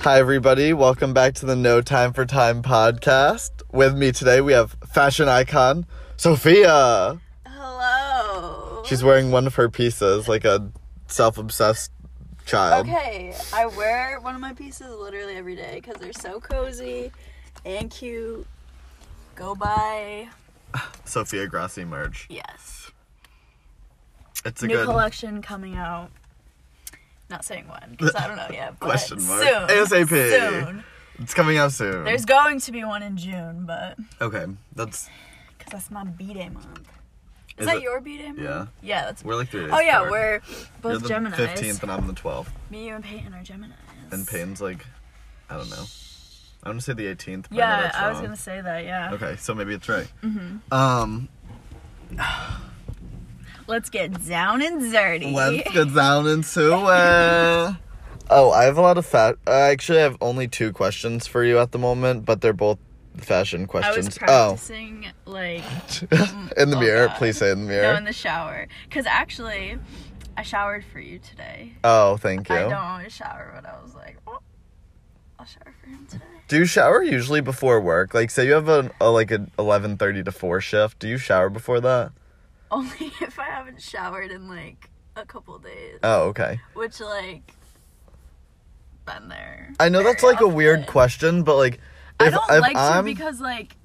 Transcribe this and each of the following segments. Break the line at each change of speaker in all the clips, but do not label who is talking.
Hi, everybody. Welcome back to the No Time for Time podcast. With me today, we have fashion icon Sophia.
Hello.
She's wearing one of her pieces, like a self obsessed child.
okay. I wear one of my pieces literally every day because they're so cozy and cute. Go buy.
Sophia Grassi merch.
Yes.
It's a
New
good
collection coming out. Not saying when because I don't know yet. But
Question mark.
Soon.
ASAP. Um,
Soon.
It's coming out soon.
There's going to be one in June, but
okay, that's
because that's my B day month. Is,
Is
that
it-
your B day month?
yeah.
Yeah. That's.
We're like three days.
Oh yeah,
apart.
we're
You're
both
the
Gemini. Geminis.
Fifteenth and I'm the twelfth.
Me, you, and Peyton are Geminis.
And Peyton's like, I don't know. I want to say the eighteenth. but I know
Yeah,
that's
I was
wrong.
gonna say Mm-hmm. that. Yeah.
Okay, so maybe it's right. Um,
Let's get down and dirty.
Let's get down into it. Oh, I have a lot of fat. Uh, actually, I have only two questions for you at the moment, but they're both fashion
I was
questions. Oh,
practicing like
in the
Oh,
mirror.
God.
Please say in the
no
mirror.
in the shower because actually I showered for you today.
oh, thank you.
I don't always shower, but I was like, oh, I'll shower for him today.
Do you shower usually before work? Like, say you have a, a like an eleven thirty to four shift. Do you shower before that?
Only if I haven't showered in like a couple days,
Oh, okay.
which like been there.
I know
very
that's like a weird
often.
question, but like,
I
if-
don't
if
like
I'm-
to because like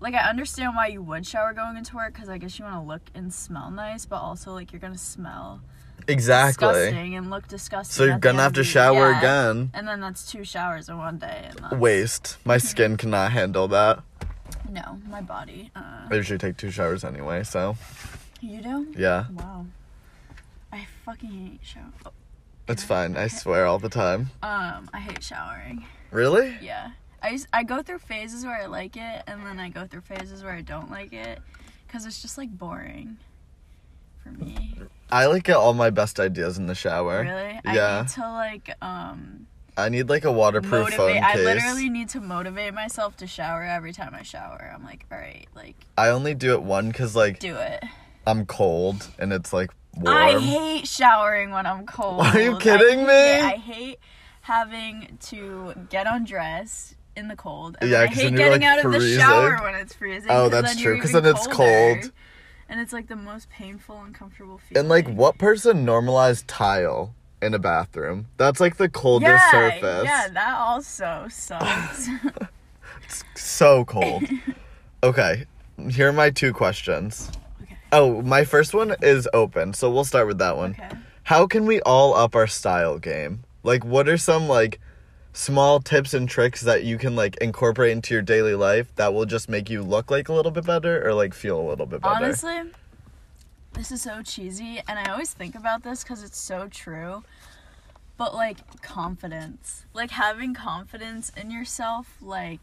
like I understand why you would shower going into work because I guess you want to look and smell nice, but also like you're gonna smell
exactly.
disgusting and look disgusting.
So you're
at the
gonna
end
have
of
to
the-
shower
yeah.
again.
And then that's two showers in one day. And that's,
Waste. My skin cannot handle that.
No, my body. Uh,
I usually take two showers anyway, so
you do?
yeah.
Wow. I fucking hate shower.
It's fine. I swear all the time.
Um, I hate showering.
Really?
Yeah. I, just, I go through phases where I like it, and then I go through phases where I don't like it, because it's just like boring for me.
I like get all my best ideas in the shower.
Really? I
Yeah.
need to like um
I need like a waterproof phone
motivate.
case.
I literally need to motivate myself to shower every time I shower. I'm like, all right, like
I only do it one because like
do it.
I'm cold and it's like warm.
I hate showering when I'm cold.
Are you
I
kidding
hate
me?
it. I hate having to get undressed in the cold. And
Yeah,
then I
'cause
hate
then you're,
getting
like,
out of the
freezing.
shower when it's freezing.
Oh,
'cause
that's
then
true,
you're
'cause
even
then it's
colder.
cold.
And it's like the most painful, uncomfortable feeling.
and like what person normalized tile in a bathroom? That's like the coldest
yeah,
surface.
Yeah, that also sucks.
So cold. okay. Here are my two questions.
Okay.
Oh, my first one is open, so we'll start with that one.
okay.
how can we all up our style game? Like, what are some like small tips and tricks that you can like incorporate into your daily life that will just make you look like a little bit better or like feel a little bit better?
Honestly, this is so cheesy, and I always think about this because it's so true. But like confidence, like having confidence in yourself, like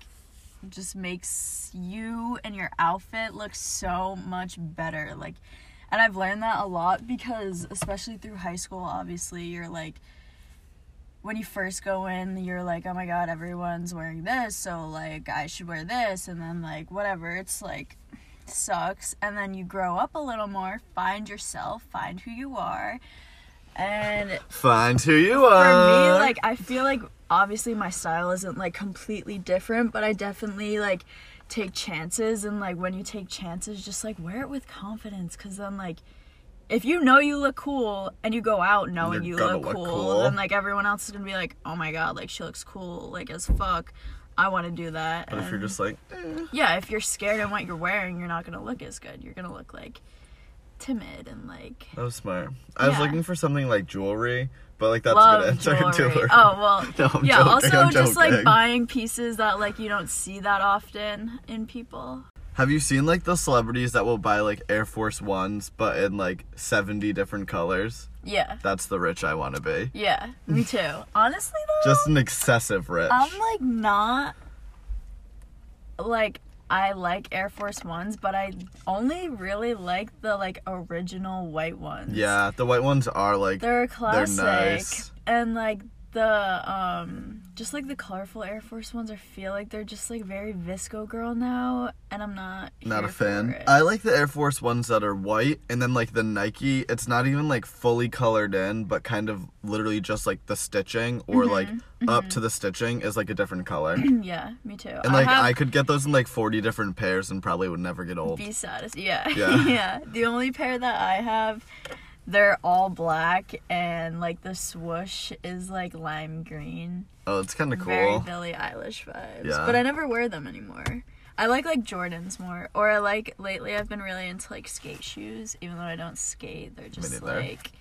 just makes you and your outfit look so much better. Like, and I've learned that a lot because, especially through high school, obviously, you're like, when you first go in, you're like, oh my god, everyone's wearing this, so like, I should wear this, and then like, whatever. It's like, sucks and then you grow up a little more find yourself find who you are and
Find who you
for
are.
me like i feel like obviously my style isn't like completely different but i definitely like take chances and like when you take chances just like wear it with confidence because then like if you know you look cool and you go out knowing
You're
you
gonna
look,
look
cool,
cool.
then like everyone else is gonna be like oh my god like she looks cool like as fuck i want to do that
but if you're
and-
just like,
yeah, if you're scared and what you're wearing, you're not gonna look as good. You're gonna look like timid and like
that was "Oh, smart. I was
Yeah.
looking for something like jewelry, but like that's a good
love
answer
jewelry.
to her.
Oh well,
No, I'm
yeah.
joking,
also,
I'm
just like
joking.
buying pieces that like you don't see that often in people.
Have you seen like the celebrities that will buy like Air Force Ones but in like 70 different colors?
Yeah,
That's the rich I want to be.
yeah. Me too. Honestly though,
Just an excessive rich.
I'm like not like I like Air Force Ones, but I only really like the like original white ones.
yeah, the white ones are like
They're classic.
nice.
And like the um just like the colorful Air Force ones. I feel like they're just like very visco girl now, and I'm not
Not a
here for
fan.
it.
I like the Air Force ones that are white, and then like the Nike. It's not even like fully colored in, but kind of literally just like the stitching or
Mm-hmm,
like up to the stitching is like a different color. And
yeah, me too.
like
I have
I could get those in like forty different pairs and probably would never get old.
be satisfied. Yeah,
Yeah.
yeah. The only pair that I have, they're all black, and like the swoosh is like lime green.
Oh, it's kind of
very
cool.
Billie Eilish vibes.
Yeah.
But I never wear them anymore. I like like Jordans more, or I like lately I've been really into like skate shoes. Even though I don't skate, they're just
neither.
like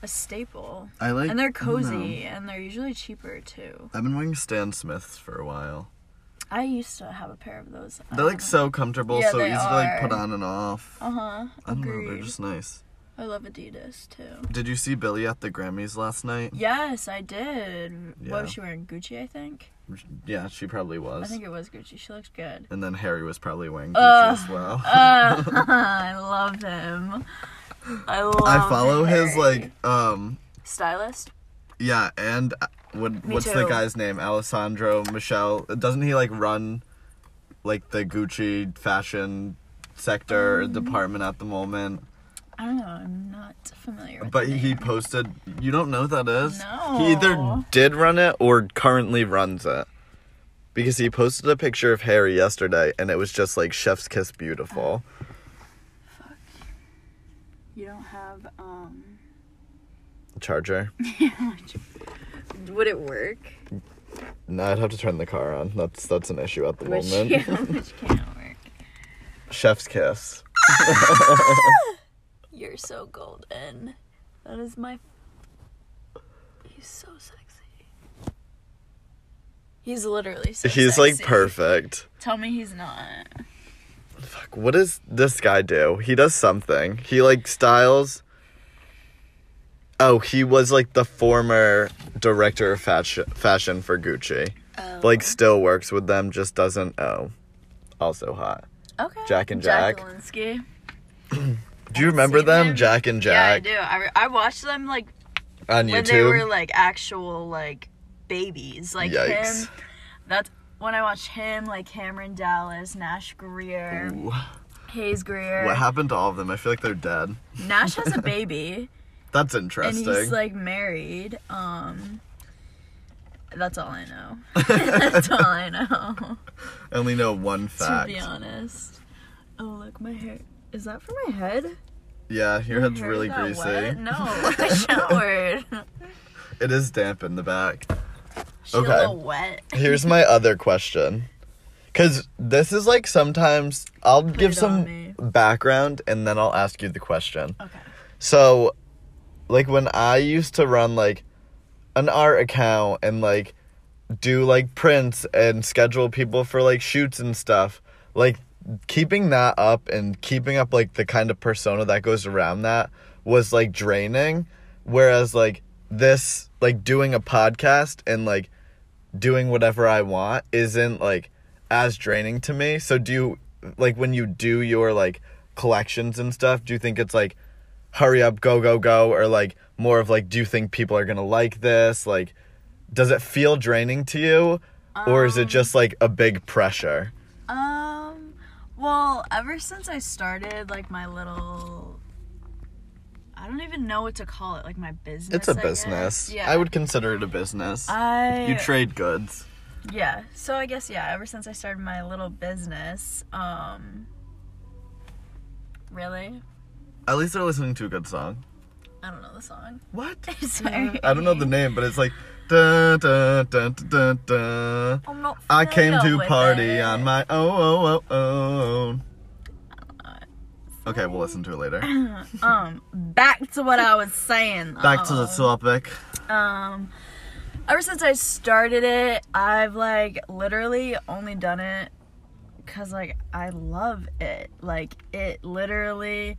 a staple,
I like
and they're
I don't know.
cozy, and they're usually cheaper too.
I've been wearing Stan Smiths for a while.
I used to have a pair of those.
They're like so comfortable,
Uh-huh. Yeah,
so
they
easy to like
are.
put on and off.
Uh huh.
I don't know, they're
Agreed.
just nice.
I love Adidas too.
Did you see Billy at the Grammys last night?
Yes, I did.
Yeah.
What was she wearing? Gucci, I think.
Yeah, she probably
I
was.
think it was Gucci. She looks good.
and then Harry was probably wearing Gucci
Ugh.
as well.
Uh, I love him. I love.
I follow his
Harry.
like um
stylist.
yeah, and uh, what
Me
what's the
too.
guy's name? Alessandro Michelle. Doesn't he like run like the Gucci fashion sector
Um,
or department at the moment?
I don't know. I'm not familiar. With
But
the
he
name.
posted. You don't know who that is.
No.
He either did run it or currently runs it. Because he posted a picture of Harry yesterday, and it was just like Chef's Kiss beautiful.
you don't have um.
Charger.
Would it work?
No, I'd have to turn the car on. That's that's an issue at the
Which,
moment.
which can't work.
Chef's Kiss.
You're so golden. That is my. He's so sexy. He's literally so.
He's like
sexy.
perfect.
Tell me he's not.
Fuck, what does this guy do? He does something. He like styles. Oh, he was like the former director of fashion, fashion for Gucci.
Oh.
Like still works with them, just doesn't. Oh, also hot.
Oh, Okay.
Jack and Jack.
Jack Alinsky.
Do you remember
seen
them,
him.
Jack and
Yeah, I
Jack,
do. I, re- I watched them like
on
when they were
YouTube?
like actual like babies like
Yikes.
him that's when i watched him like cameron dallas nash greer
Ooh.
hayes greer
What happened to all of them? I feel like they're dead.
nash has a baby
That's
and
interesting.
he's like married um that's all i know that's all i know
I only know one
to
fact.
be honest oh look my hair is that for my head?
Yeah, your head's
Hair
really
got
greasy.
wet? No, I showered.
It is damp in the back.
She okay.
Okay.
a little wet.
Here's my other question. Cause this is like sometimes I'll give
it
some
on me.
background and then I'll ask you the question.
Okay.
So like when I used to run like an art account and like do like prints and schedule people for like shoots and stuff, like keeping that up and keeping up like the kind of persona that goes around that was like draining. Whereas like this like doing a podcast and like doing whatever I want isn't like as draining to me. So do you like when you do your like collections and stuff, do you think it's like hurry up, go, go, go, or like more of like do you think people are gonna like this? Like does it feel draining to you? Or is it just like a big pressure?
Um, well, ever since I started like my little I don't even know what to call it, like my business.
It's a
I guess.
business.
Yeah.
I would consider it a business.
I
you trade goods.
Yeah. So I guess yeah, ever since I started my little business, um Really?
At least they're listening to a good song.
I don't know the song.
What?
Sorry.
I don't know the name, but it's like dun dun dun dun dun.
I'm not
I came
familiar
to
with
party
it.
on my own. own, own. Okay, we'll listen to it later.
um back to what I was saying.
Back to the
um,
topic.
um ever since i started it i've like literally only done it because like i love it like it literally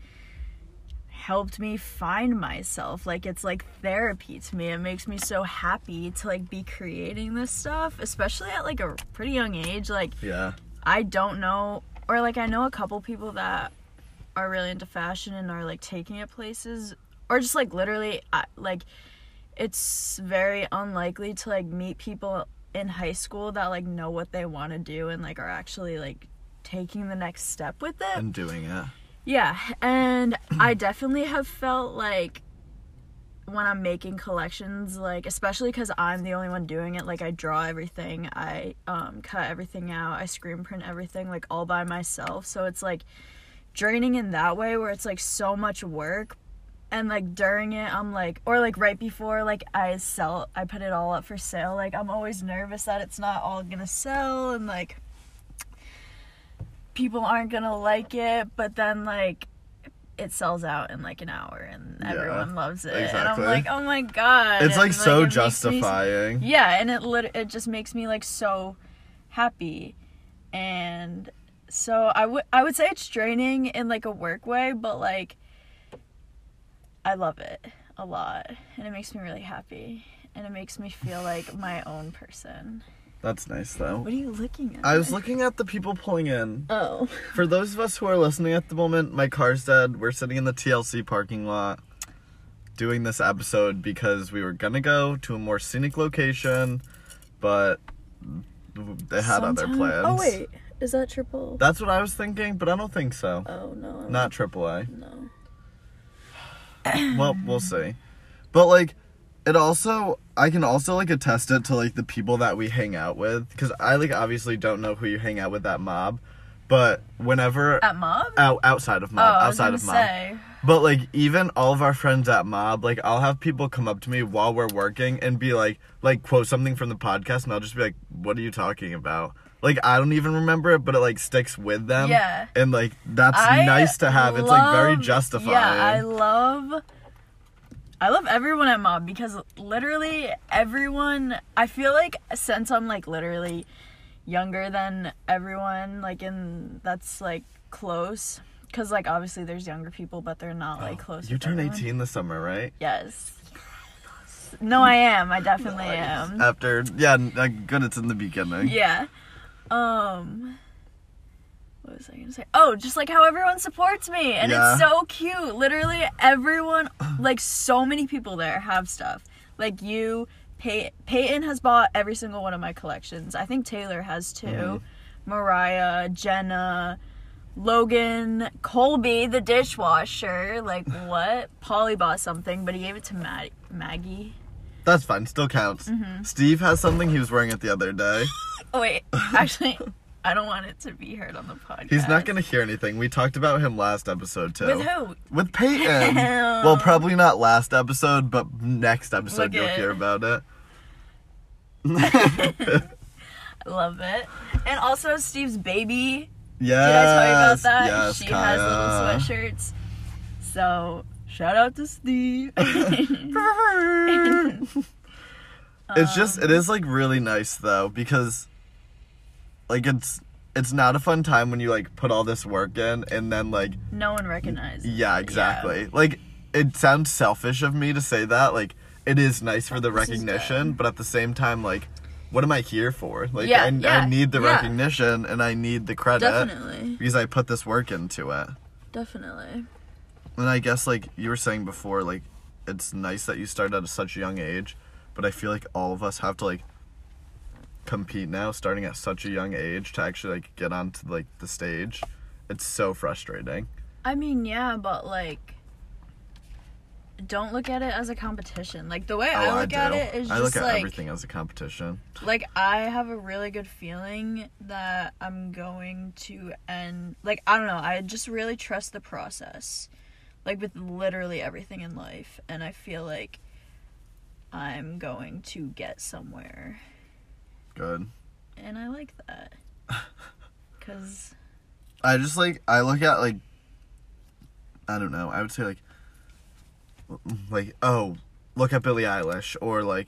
helped me find myself like it's like therapy to me it makes me so happy to like be creating this stuff especially at like a pretty young age like
Yeah.
I don't know, or like I know a couple people that are really into fashion and are like taking it places, or just like literally, I, like it's very unlikely to like meet people in high school that like know what they want to do and like are actually like taking the next step with it.
and doing it.
Yeah, and I definitely have felt like when I'm making collections, like especially because I'm the only one doing it, like I draw everything, I um, cut everything out, I screen print everything, like all by myself. So it's like draining in that way where it's like so much work. And like during it, I'm like, or like right before, like I sell, I put it all up for sale. Like I'm always nervous that it's not all gonna sell and like people aren't gonna like it, but then like it sells out in like an hour and
Yeah,
everyone loves it. And I'm
exactly.
like, oh my god.
It's
and,
like so
it makes me-
justifying.
yeah, and it lit- it just makes me like so happy, and so I would I would say it's draining in like a work way, but like I love it a lot, and it makes me really happy, and it makes me feel like my own person.
That's nice though.
What are you looking at?
I was looking at the people pulling in.
Oh,
For those of us who are listening at the moment, my car's dead. We're sitting in the TLC parking lot doing this episode because we were gonna go to a more scenic location, but they had other
Sometime-
plans.
Oh wait, is that triple?
That's what I was thinking, but I don't think so.
oh no, I
Not AAA.
don't know.
well, we'll see. But like, it also I can also like attest it to like the people that we hang out with because I like obviously don't know who you hang out with that mob, but whenever
At mob?
out outside of
oh,
mob
I was
outside
gonna
of mob,
say.
but like even all of our friends at mob, like I'll have people come up to me while we're working and be like like quote something from the podcast and I'll just be like, what are you talking about? Like I don't even remember it, but it like sticks with them.
Yeah.
And like that's
I
nice to have. it's like very
love-
justifying.
Yeah, I love I love everyone at Mob because literally everyone I feel like since I'm like literally younger than everyone like in that's like close cuz like obviously there's younger people but they're not like close.
Oh, You
with
turn
everyone.
18 this summer, right?
Yes. No, I am. I definitely am.
After, yeah, n- uh, good, it's in the beginning.
Mm-hmm. Yeah. Um what was I gonna say? Oh, just like how everyone supports me and
Yeah.
it's so cute. Literally everyone like so many people there have stuff. Like you, Pey- Peyton has bought every single one of my collections. I think Taylor has too.
Mm-hmm.
Mariah, Jenna, Logan, Colby, the dishwasher. Like what? Polly bought something, but he gave it to Mag- Maggie.
That's fine, still counts.
Mm-hmm.
Steve has something he was wearing it the other day.
Oh, wait, actually, I don't want it to be heard on the podcast.
He's not gonna hear anything. We talked about him last episode, too.
With who?
With Peyton. well, probably not last episode, but next episode
Look
you'll
it.
hear about it.
Love it. And also Steve's baby. Did I tell you about
Yes.
that?
Yes,
she
Kaya.
has little sweatshirts. So shout out to Steve.
it's just it is like really nice though because like it's it's not a fun time when you like put all this work in and then like
no one recognizes.
yeah
it.
exactly like it sounds selfish of me to say that like it is nice for the
This is good.
recognition but at the same time like what am i here for like
Yeah,
I,
yeah,
I need the
yeah.
recognition and i need the credit
Definitely.
because i put this work into it
Definitely.
and I guess like you were saying before, like it's nice that you started at such a young age, but I feel like all of us have to like compete now, starting at such a young age to actually like get onto like the stage. It's so frustrating.
I mean, yeah, but like don't look at it as a competition. Like the way I look at it is
Oh, I
just
look at
like
everything as a competition.
like I have a really good feeling that I'm going to end like I don't know, I just really trust the process. Like with literally everything in life and I feel like I'm going to get somewhere
Good.
and I like that. Cuz
I just like I look at like I don't know. I would say like like oh look at Billie Eilish or like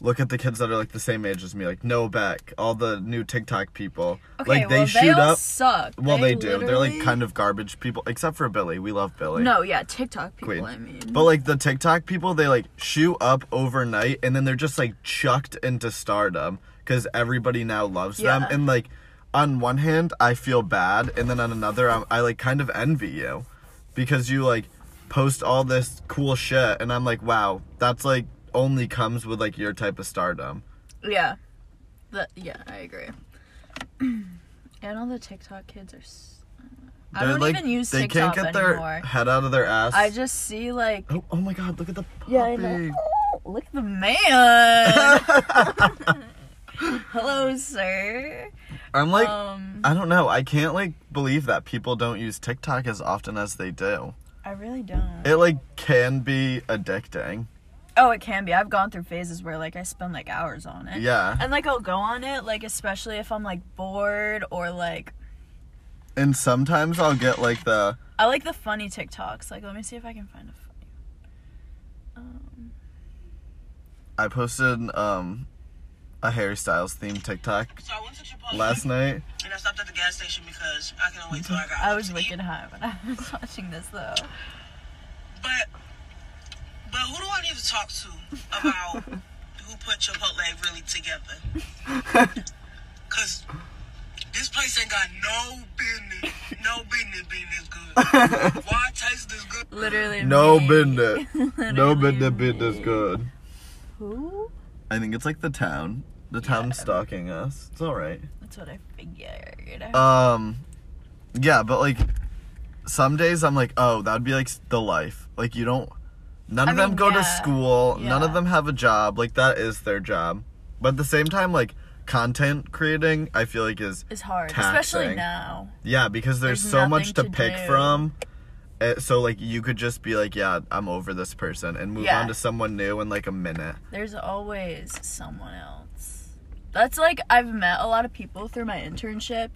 look at the kids that are like the same age as me like Noah Beck all the new TikTok people
okay,
like they
well,
shoot
they all
up
suck.
well they, do they're like kind of garbage people except for Billy we love Billy
No, yeah, TikTok people,
Queen.
I mean.
but like the TikTok people they like shoot up overnight and then they're just like chucked into stardom because everybody now loves them
Yeah.
and like on one hand I feel bad and then on another I'm, I like kind of envy you because you like post all this cool shit and I'm like wow that's like only comes with like your type of stardom.
Yeah. That yeah, I agree. and all the TikTok kids are. s- I
They're,
don't
like-
even use
They can't
TikTok
get
anymore.
their head out of their ass.
I just see like.
Oh, oh my god, look at the puppy.
Yeah, I know. Look at the man. Hello, sir.
I'm like
um,
I don't know. I can't like believe that people don't use TikTok as often as they do.
I really don't.
It like can be addicting.
Oh, it can be. I've gone through phases where like I spend like hours on it.
Yeah.
And like I'll go on it like especially if I'm like bored or like
And sometimes I'll get like the
I like the funny TikToks. Like let me see if I can find a funny. Um,
I posted um a Harry Styles themed TikTok
So I went to Chipotle
last night.
and I stopped at the gas station because I couldn't wait till I got
I
home
was
to
wicked
eat.
high when I was watching this though.
But but who do I need to talk to about who put Chipotle really together? Cause this place ain't got no business, no business being this good. Why taste this good?
Literally.
No
me.
business. No
Literally
business
me.
business good.
Who?
I think it's like the town. The town's stalking us. It's all right.
That's what I figured.
Um, yeah, but like, some days I'm like, oh, that'd be like the life. Like you don't. None
I
of them
mean,
go to
yeah.
school. None of
Yeah.
them have a job. Like that is their job. But at the same time, like content creating, I feel like is
it's hard, especially
taxing.
now.
yeah because there's,
There's
so much to,
nothing to
pick
do.
from. Eh, So like you could just be like, yeah, I'm over this person, and move
Yeah.
on to someone new in like a minute.
There's always someone else. That's like I've met a lot of people through my internship,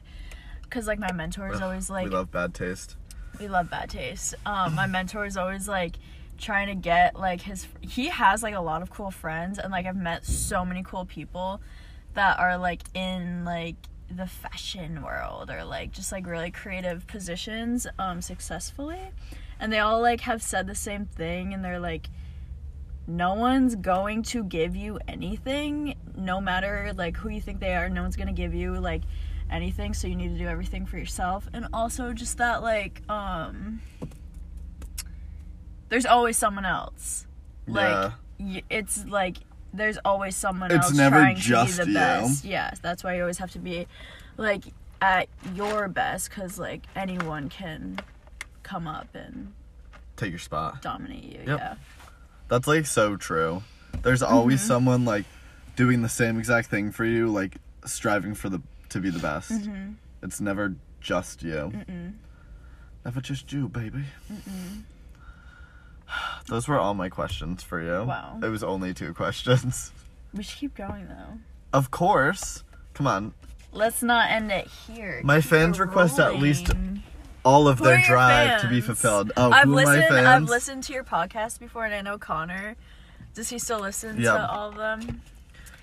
cause like my mentor is
Ugh,
always like,
we love bad taste.
we love bad taste. Um, my mentor is always like trying to get like his. He has like a lot of cool friends, and like I've met so many cool people that are like in like the fashion world or like just like really creative positions um successfully and they all like have said the same thing and they're like no one's going to give you anything no matter like who you think they are no one's going to give you like anything so you need to do everything for yourself and also just that like um there's always someone else
yeah.
like y- it's like there's always someone
It's
else
never
trying
just
to be
you.
the best yes that's why you always have to be like at your best because like anyone can come up and
Take your spot.
dominate you
Yep.
yeah
That's like so true. There's always
Mm-hmm.
someone like doing the same exact thing for you, like striving for the to be the best.
Mm-hmm.
It's never just you. Never just you, baby. Those were all my questions for you.
Wow.
It was only two questions.
we should keep going though
Of course. Come on.
let's not end it here
My
Keep
fans
it
request at least
rolling.
All of
Who are
their
your
drive to be
fans?
fulfilled. Oh,
I've
who are my
listened.
fans?
I've listened to your podcast before, and I know Connor. Does he still listen
Yeah.
to all of them?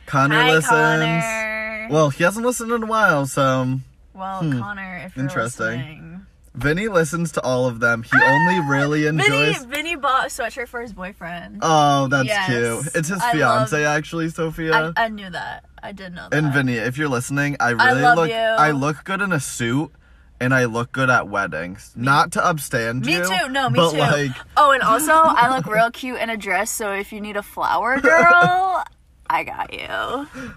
Connor
Hi,
listens.
Connor. Well,
Well, he hasn't listened in a while, so um,
Connor, if you're
Interesting.
listening,
Vinny listens to all of them. He only really enjoys.
Ah, Vinny, Vinny bought a sweatshirt for his boyfriend.
Oh, that's
Yes.
cute. It's his
I
fiance,
love-
actually, Sophia.
I, I knew that. I did know that.
and Vinny, if you're listening, I really
love
look.
you.
I look good in a suit, and I look good at weddings. Not to upstand
Me
you.
too. No, me
but
too.
like,
oh, and also, I look real cute in a dress. So if you need a flower girl, I got you.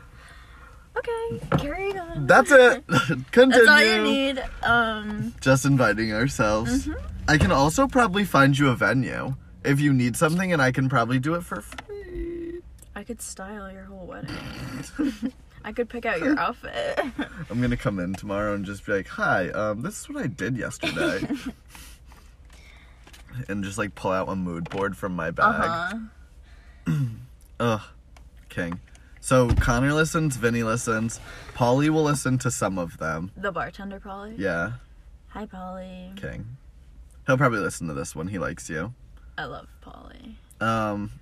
Okay, carrying on.
that's it. Continue.
That's all you need. Mm-hmm. Um,
Just inviting ourselves. I can also probably find you a venue if you need something, and I can probably do it for free.
I could style your whole wedding. I could pick out your outfit.
I'm gonna come in tomorrow and just be like, "Hi, um, this is what I did yesterday," and just like pull out a mood board from my bag.
Uh-huh.
Ugh, king. So Connor listens, Vinny listens, Polly will listen to some of them.
The bartender, Polly.
Yeah,
Hi, Polly.
king. He'll probably listen to this one. He likes you.
I love Polly.
Um,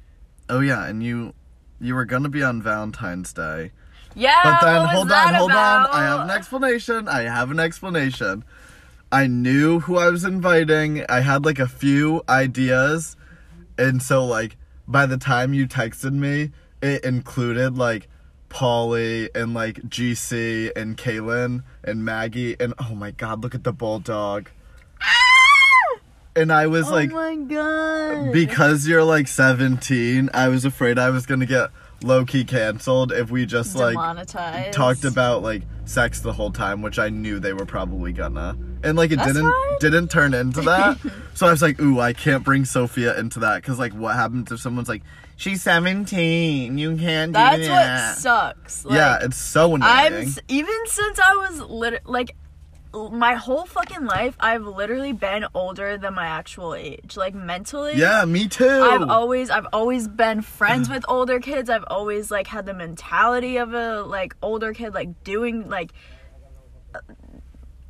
oh yeah, and you, you were gonna be on Valentine's Day,
Yeah.
but then
what was
hold on,
that
hold
about?
on. I have an explanation. I have an explanation. I knew who I was inviting. I had like a few ideas, and so like by the time you texted me, it included like Polly and like GC and Kaylin and Maggie and oh my god, look at the bulldog. and I was like,
Ah! oh my god.
because you're like 17, I was afraid I was gonna get low key canceled if we just like
Demonetized.
talked about like sex the whole time, which I knew they were probably gonna. And like it
That's
didn't
fine.
didn't turn into that. so I was like, ooh, I can't bring Sophia into that because like what happens if someone's like, she's 17, you can't do
That's
that.
what sucks. Like,
yeah, it's so annoying.
I'm s- even since I was lit like l- my whole fucking life I've literally been older than my actual age. Like mentally.
yeah, me too.
I've always I've always been friends with older kids. I've always like had the mentality of a like older kid like doing like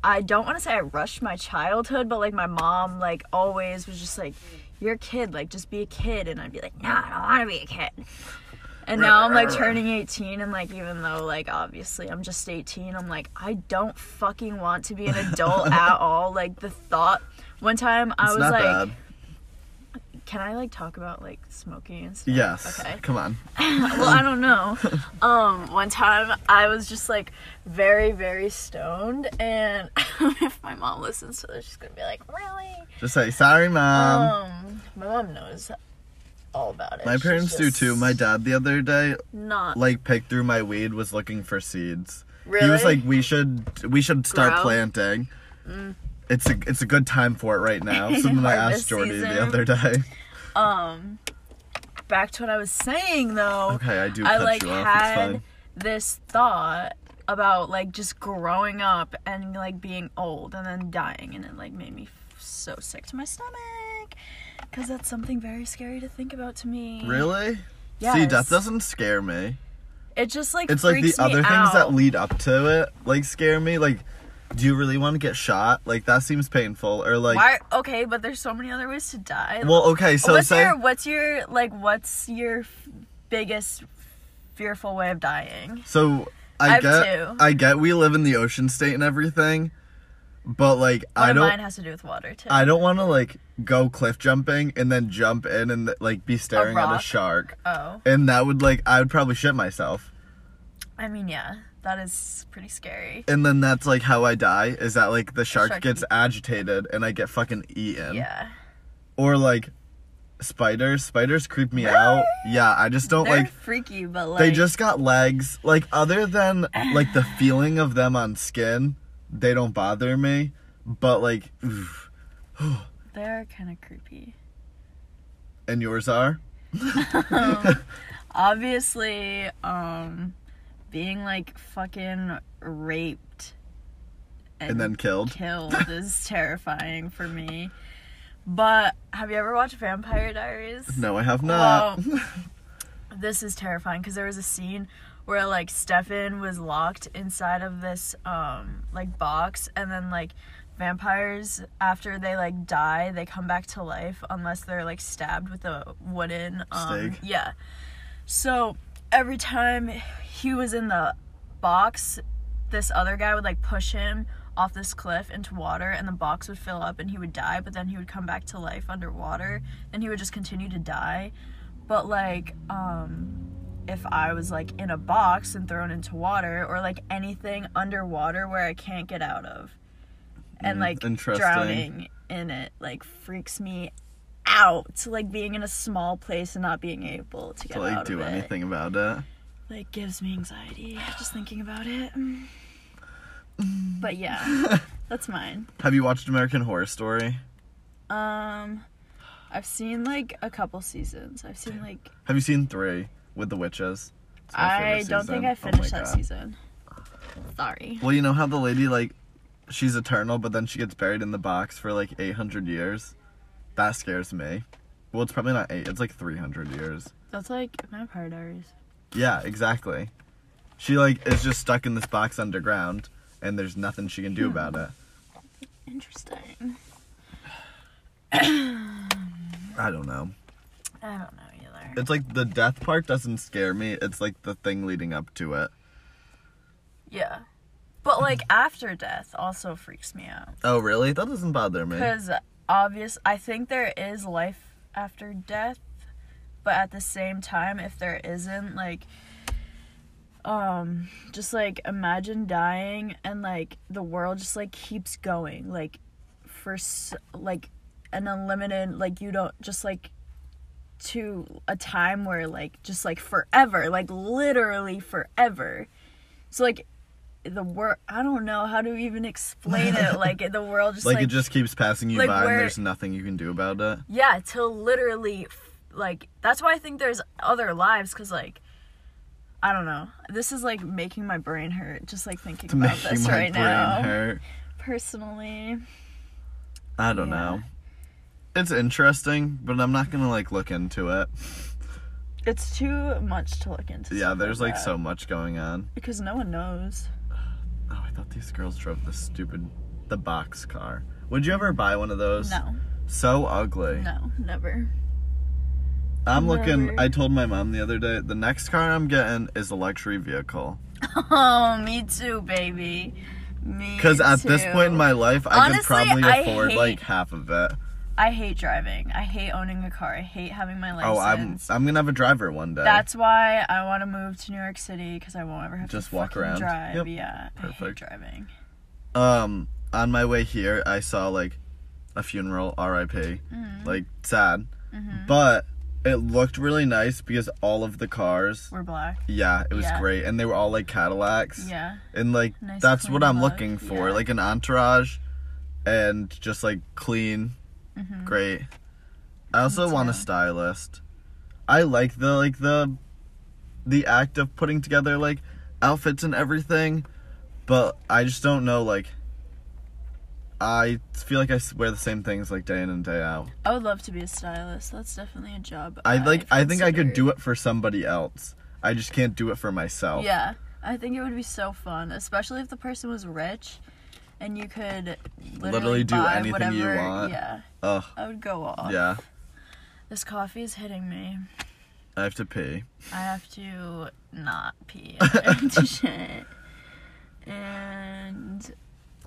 I don't want to say I rushed my childhood, but like my mom like always was just like you're a kid, like just be a kid and I'd be like, "Nah, I don't want to be a kid." And now I'm like turning 18 and like even though like obviously I'm just 18, I'm like I don't fucking want to be an adult at all. Like the thought one time I
it's
was
not
like
bad.
can I like talk about like smoking and stuff?
Yes.
Okay.
Come on.
well, I don't know. Um, one time I was just like very, very stoned, and if my mom listens to this, she's gonna be like, "Really?"
Just say sorry, mom.
Um, my mom knows all about it.
My
She's
parents do
just
too. My dad the other day
not
like picked through my weed was looking for seeds.
really.
He was like, "We should we should start
Grow. Mm.
planting." It's a it's a good time for it right now. So then I asked
Harvest
Jordy the
season.
other day.
um, back to what I was saying though.
Okay, I do
I
cut
like
you off. It's
had
fine.
this thought about like just growing up and like being old and then dying, and it like made me f- so sick to my stomach because that's something very scary to think about to me.
Really? See,
Yes.
death doesn't scare me.
It just like
It's like the
freaks me
other things
out.
that lead up to it like scare me. Like, do you really want to get shot? Like that seems painful. Or like,
Why? Okay, but there's so many other ways to die.
well, okay, so
what's
say
your what's your like what's your f- biggest fearful way of dying?
So
I
I,
have
get
two.
I get we live in the ocean state and everything, but like
One
I
of
don't
mine has to do with water too.
I don't want to like go cliff jumping and then jump in and like be staring at a
rock?
shark,
oh,
and that would like I would probably shit myself,
I mean yeah, that is pretty scary.
and then that's like how I die is that like the shark,
shark
gets
eat-
agitated and I get fucking eaten,
Yeah.
or like spiders spiders creep me out. Yeah, I just don't
They're
like
freaky, but like
they just got legs. Like other than like the feeling of them on skin, they don't bother me. But like, oof.
they're kind of creepy.
and yours are.
Obviously, um, being like fucking raped
And then killed.
killed is terrifying for me. But have you ever watched Vampire Diaries?
No, I have not.
Well, this is terrifying because there was a scene where like Stefan was locked inside of this um like box and then like vampires after they like die they come back to life unless they're like stabbed with a wooden um
Stake?
yeah. So every time he was in the box this other guy would like push him off this cliff into water and the box would fill up and he would die but then he would come back to life underwater and he would just continue to die but like um if i was like in a box and thrown into water or like anything underwater where i can't get out of and
Mm,
like
interesting.
drowning in it like freaks me out like being in a small place and not being able to get
to
out
like
of
do
it.
anything about it.
like gives me anxiety just thinking about it. But yeah, that's mine.
Have you watched American Horror Story?
Um, I've seen like a couple seasons. I've seen like
Have you seen three with the witches? It's my
I
favorite
don't
season.
think
Oh
I
my
finished that
God.
season. Sorry.
Well, you know how the lady like, she's eternal, but then she gets buried in the box for like eight hundred years. That scares me. Well, it's probably not eight. It's like three hundred years.
That's like Vampire Diaries.
Yeah, exactly. She like is just stuck in this box underground, and there's nothing she can do
Hmm.
about it.
Interesting.
I don't know.
I don't know either.
It's like the death part doesn't scare me. It's like the thing leading up to it.
Yeah, but like after death also freaks me out
Oh, really? That doesn't bother me.
because obvious. I think there is life after death, but at the same time, if there isn't, like um just like imagine dying and like the world just like keeps going like for s- like an unlimited like you don't just like to a time where like just like forever, like literally forever. So like the world, I don't know how to even explain it. Like the world just
Like,
like,
it just keeps passing you
like,
by
where-
and there's nothing you can do about it.
yeah, till literally f- like that's why I think there's other lives because like I don't know. This is like making my brain hurt just like thinking
To
about
make
this
my
right
brain
now.
hurt.
Personally,
I don't
Yeah.
know. It's interesting, but I'm not gonna like look into it.
it's too much to look into.
Yeah,
stuff
there's like
that,
so much going on.
because no one knows.
Oh, I thought these girls drove the stupid the box car. Would you ever buy one of those?
No,
So ugly.
no, never.
I'm looking
Never.
I told my mom the other day, the next car I'm getting is a luxury vehicle.
Oh, me too, baby. Me
Cuz at this
too.
point in my life, I could
Honestly,
probably
I
afford
hate-
like half of it.
I hate driving. I hate owning a car. I hate having my license.
Oh, I'm I'm going to have a driver one day.
That's why I want to move to New York City because I won't ever have
Just
to
walk
fucking
around.
drive.
Yep.
Yeah, I hate
Perfect.
driving.
um on my way here i saw like a funeral rip like sad but it looked really nice because all of the cars
We're black.
yeah it was
Yeah.
great and they were all like cadillacs
Yeah,
and like
Nice,
that's what
clean
i'm
look,
looking for
yeah.
like an entourage and just like clean
Mm-hmm.
great i also want a
too.
stylist i like the like the the act of putting together like outfits and everything but i just don't know like i feel like i s- wear the same things like day in and day out
I would love to be a stylist. That's definitely a job.
i like i think i could
it.
do it for somebody else i just can't do it for myself
Yeah, I think it would be so fun, especially if the person was rich, and you could literally,
Literally do
buy
anything you
whatever.
want.
Yeah,
Ugh,
I would go off.
yeah
This coffee is hitting me.
i have to pee
I have to not pee. I have to shit. And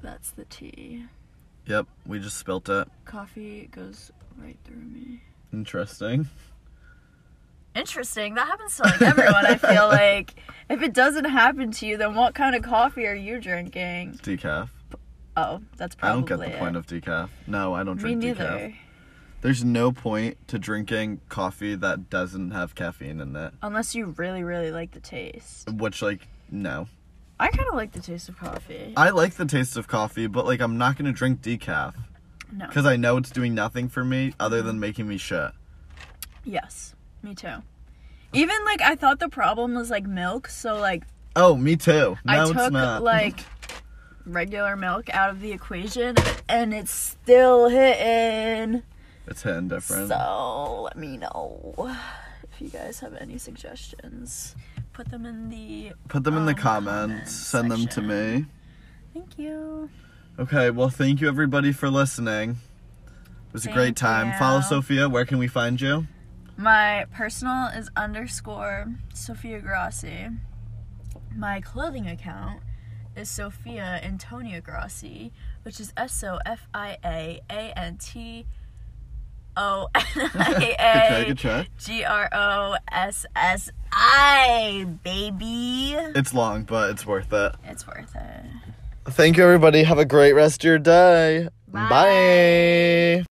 that's the tea.
yep we just spilt it
Coffee goes right through me.
Interesting.
Interesting. That happens to like everyone. I feel like if it doesn't happen to you, then what kind of coffee are you drinking?
Decaf.
Oh, that's
I
probably.
don't get the point of decaf. No, I don't
it.
drink
me
decaf.
neither.
There's no point to drinking coffee that doesn't have caffeine in it.
Unless you really, really like the taste.
Which like no.
I kind of like the taste of coffee.
I like the taste of coffee, but like I'm not going to drink decaf
No.
cuz I know it's doing nothing for me other than making me shit.
Yes, me too. Even like I thought the problem was like milk, so like
Oh, me too. No,
I
it's
took
not.
like regular milk out of the equation and it's still hitting.
it's hitting different.
So let me know if you guys have any suggestions. Put them in the.
Put them in the
um,
comments.
comment
Send them to
section.
me.
Thank you.
Okay, well, thank you everybody for listening. It was a great
Thank
time. Follow
you.
Sophia. Where can we find you?
My personal is underscore Sophia Grassi. My clothing account is Sophia Antonia Grassi, which is S O F I A A N T O N I
Good
A.
try, good try.
G R O S S I, baby.
It's long, but it's worth it.
It's worth it.
Thank you, everybody. Have a great rest of your day.
Bye.
Bye.